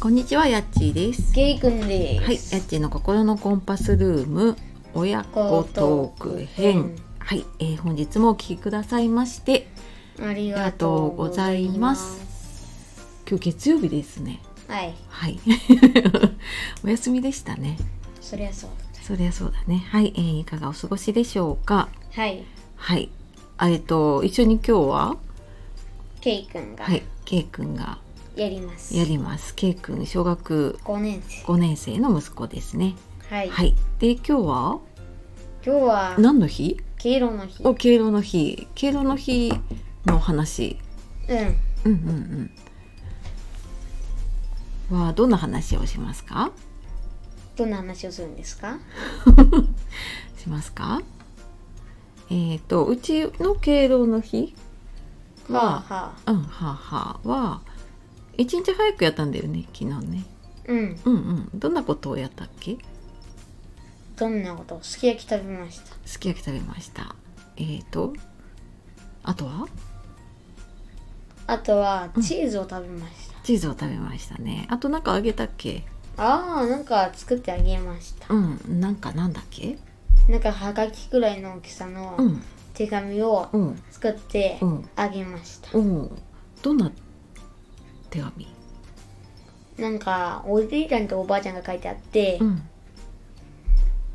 こんにちは、やっちーです。ゲイくんです。はい、やっちーの心のコンパスルーム親子トーク編。はい、えー本日もお聞きくださいまして、ありががととうごうござざいいまますす。今日月曜日ですね。はい、はい、 お休みでしたね。そりゃそうそりゃそうだね。はい、えーいかがお過ごしでしょうか。だ。はい、はい、あえっと一緒に今日は、ケイくんがはい、ケイくんがやります。やります。ケイくん小学5年生。 5年生の息子ですね。はい、はい、で今日は今日は何の日？敬老の日。うお敬老の日敬老の日の話ん、うんうんうんはどんな話をしますかどんな話をするんですか？しますかえっ、とうちの敬老の日ははあ、はあ、うんはあはあは一日早くやったんだよね昨日ねうん、うんうんどんなことをやったっけどんなこと？すき焼き食べました。すき焼き食べましたえっ、とあとはあとはチーズを食べました。チーズを食べましたねあとなんかあげたっけああ、なんか作ってあげました。うんなんかなんだっけなんかはがきくらいの大きさうのん手紙をうん作ってうんあげました。おおどんな手紙なんかおじいちゃんとおばあちゃんが書いてあって。ん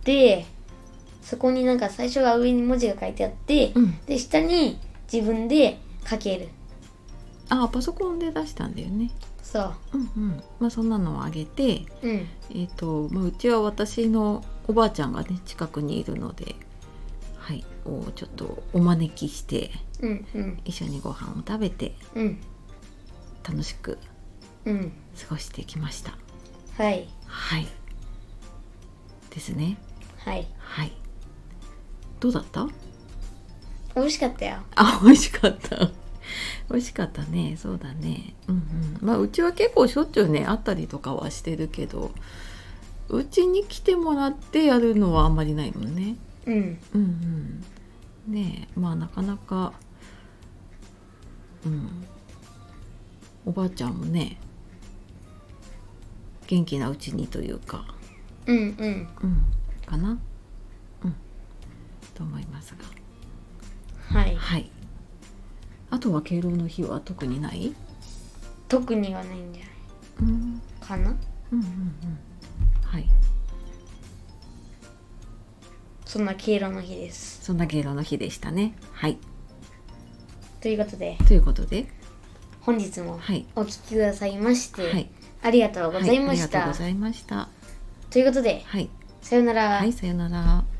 でそこになんか最初は上に文字が書いてあって、うんで下に自分で書けるあパソコンで出したんだよねそうんうんまあそんなのをあげてううんえっ、と、まあ、うちは私のおばあちゃんがね近くにいるのではいをちょっとお招きしてうんうん一緒にご飯を食べてうん楽しくうん過ごしてきましたはいはいですねはいはいどうだった美味しかったよあ美味しかった美味しかったねそうだねうんうんまあうちは結構しょっちゅうねあったりとかはしてるけどうちに来てもらってやるのはあんまりないもんねうんうんうんねえまあなかなかうんおばあちゃんもね元気なうちにというかうんうんうんかなうんと思いますがはいはい。あとは敬老の日は特にない。特にはないんじゃなういん。かなうんうんうん。はい。そんな敬老の日ですそんな敬老の日でしたね。はい。ということでということで。本日もはい。お聞きくださいまして、はい。ありがとうございましはありがとうた、ございました。ということではい。さよなら、はい、さよなら。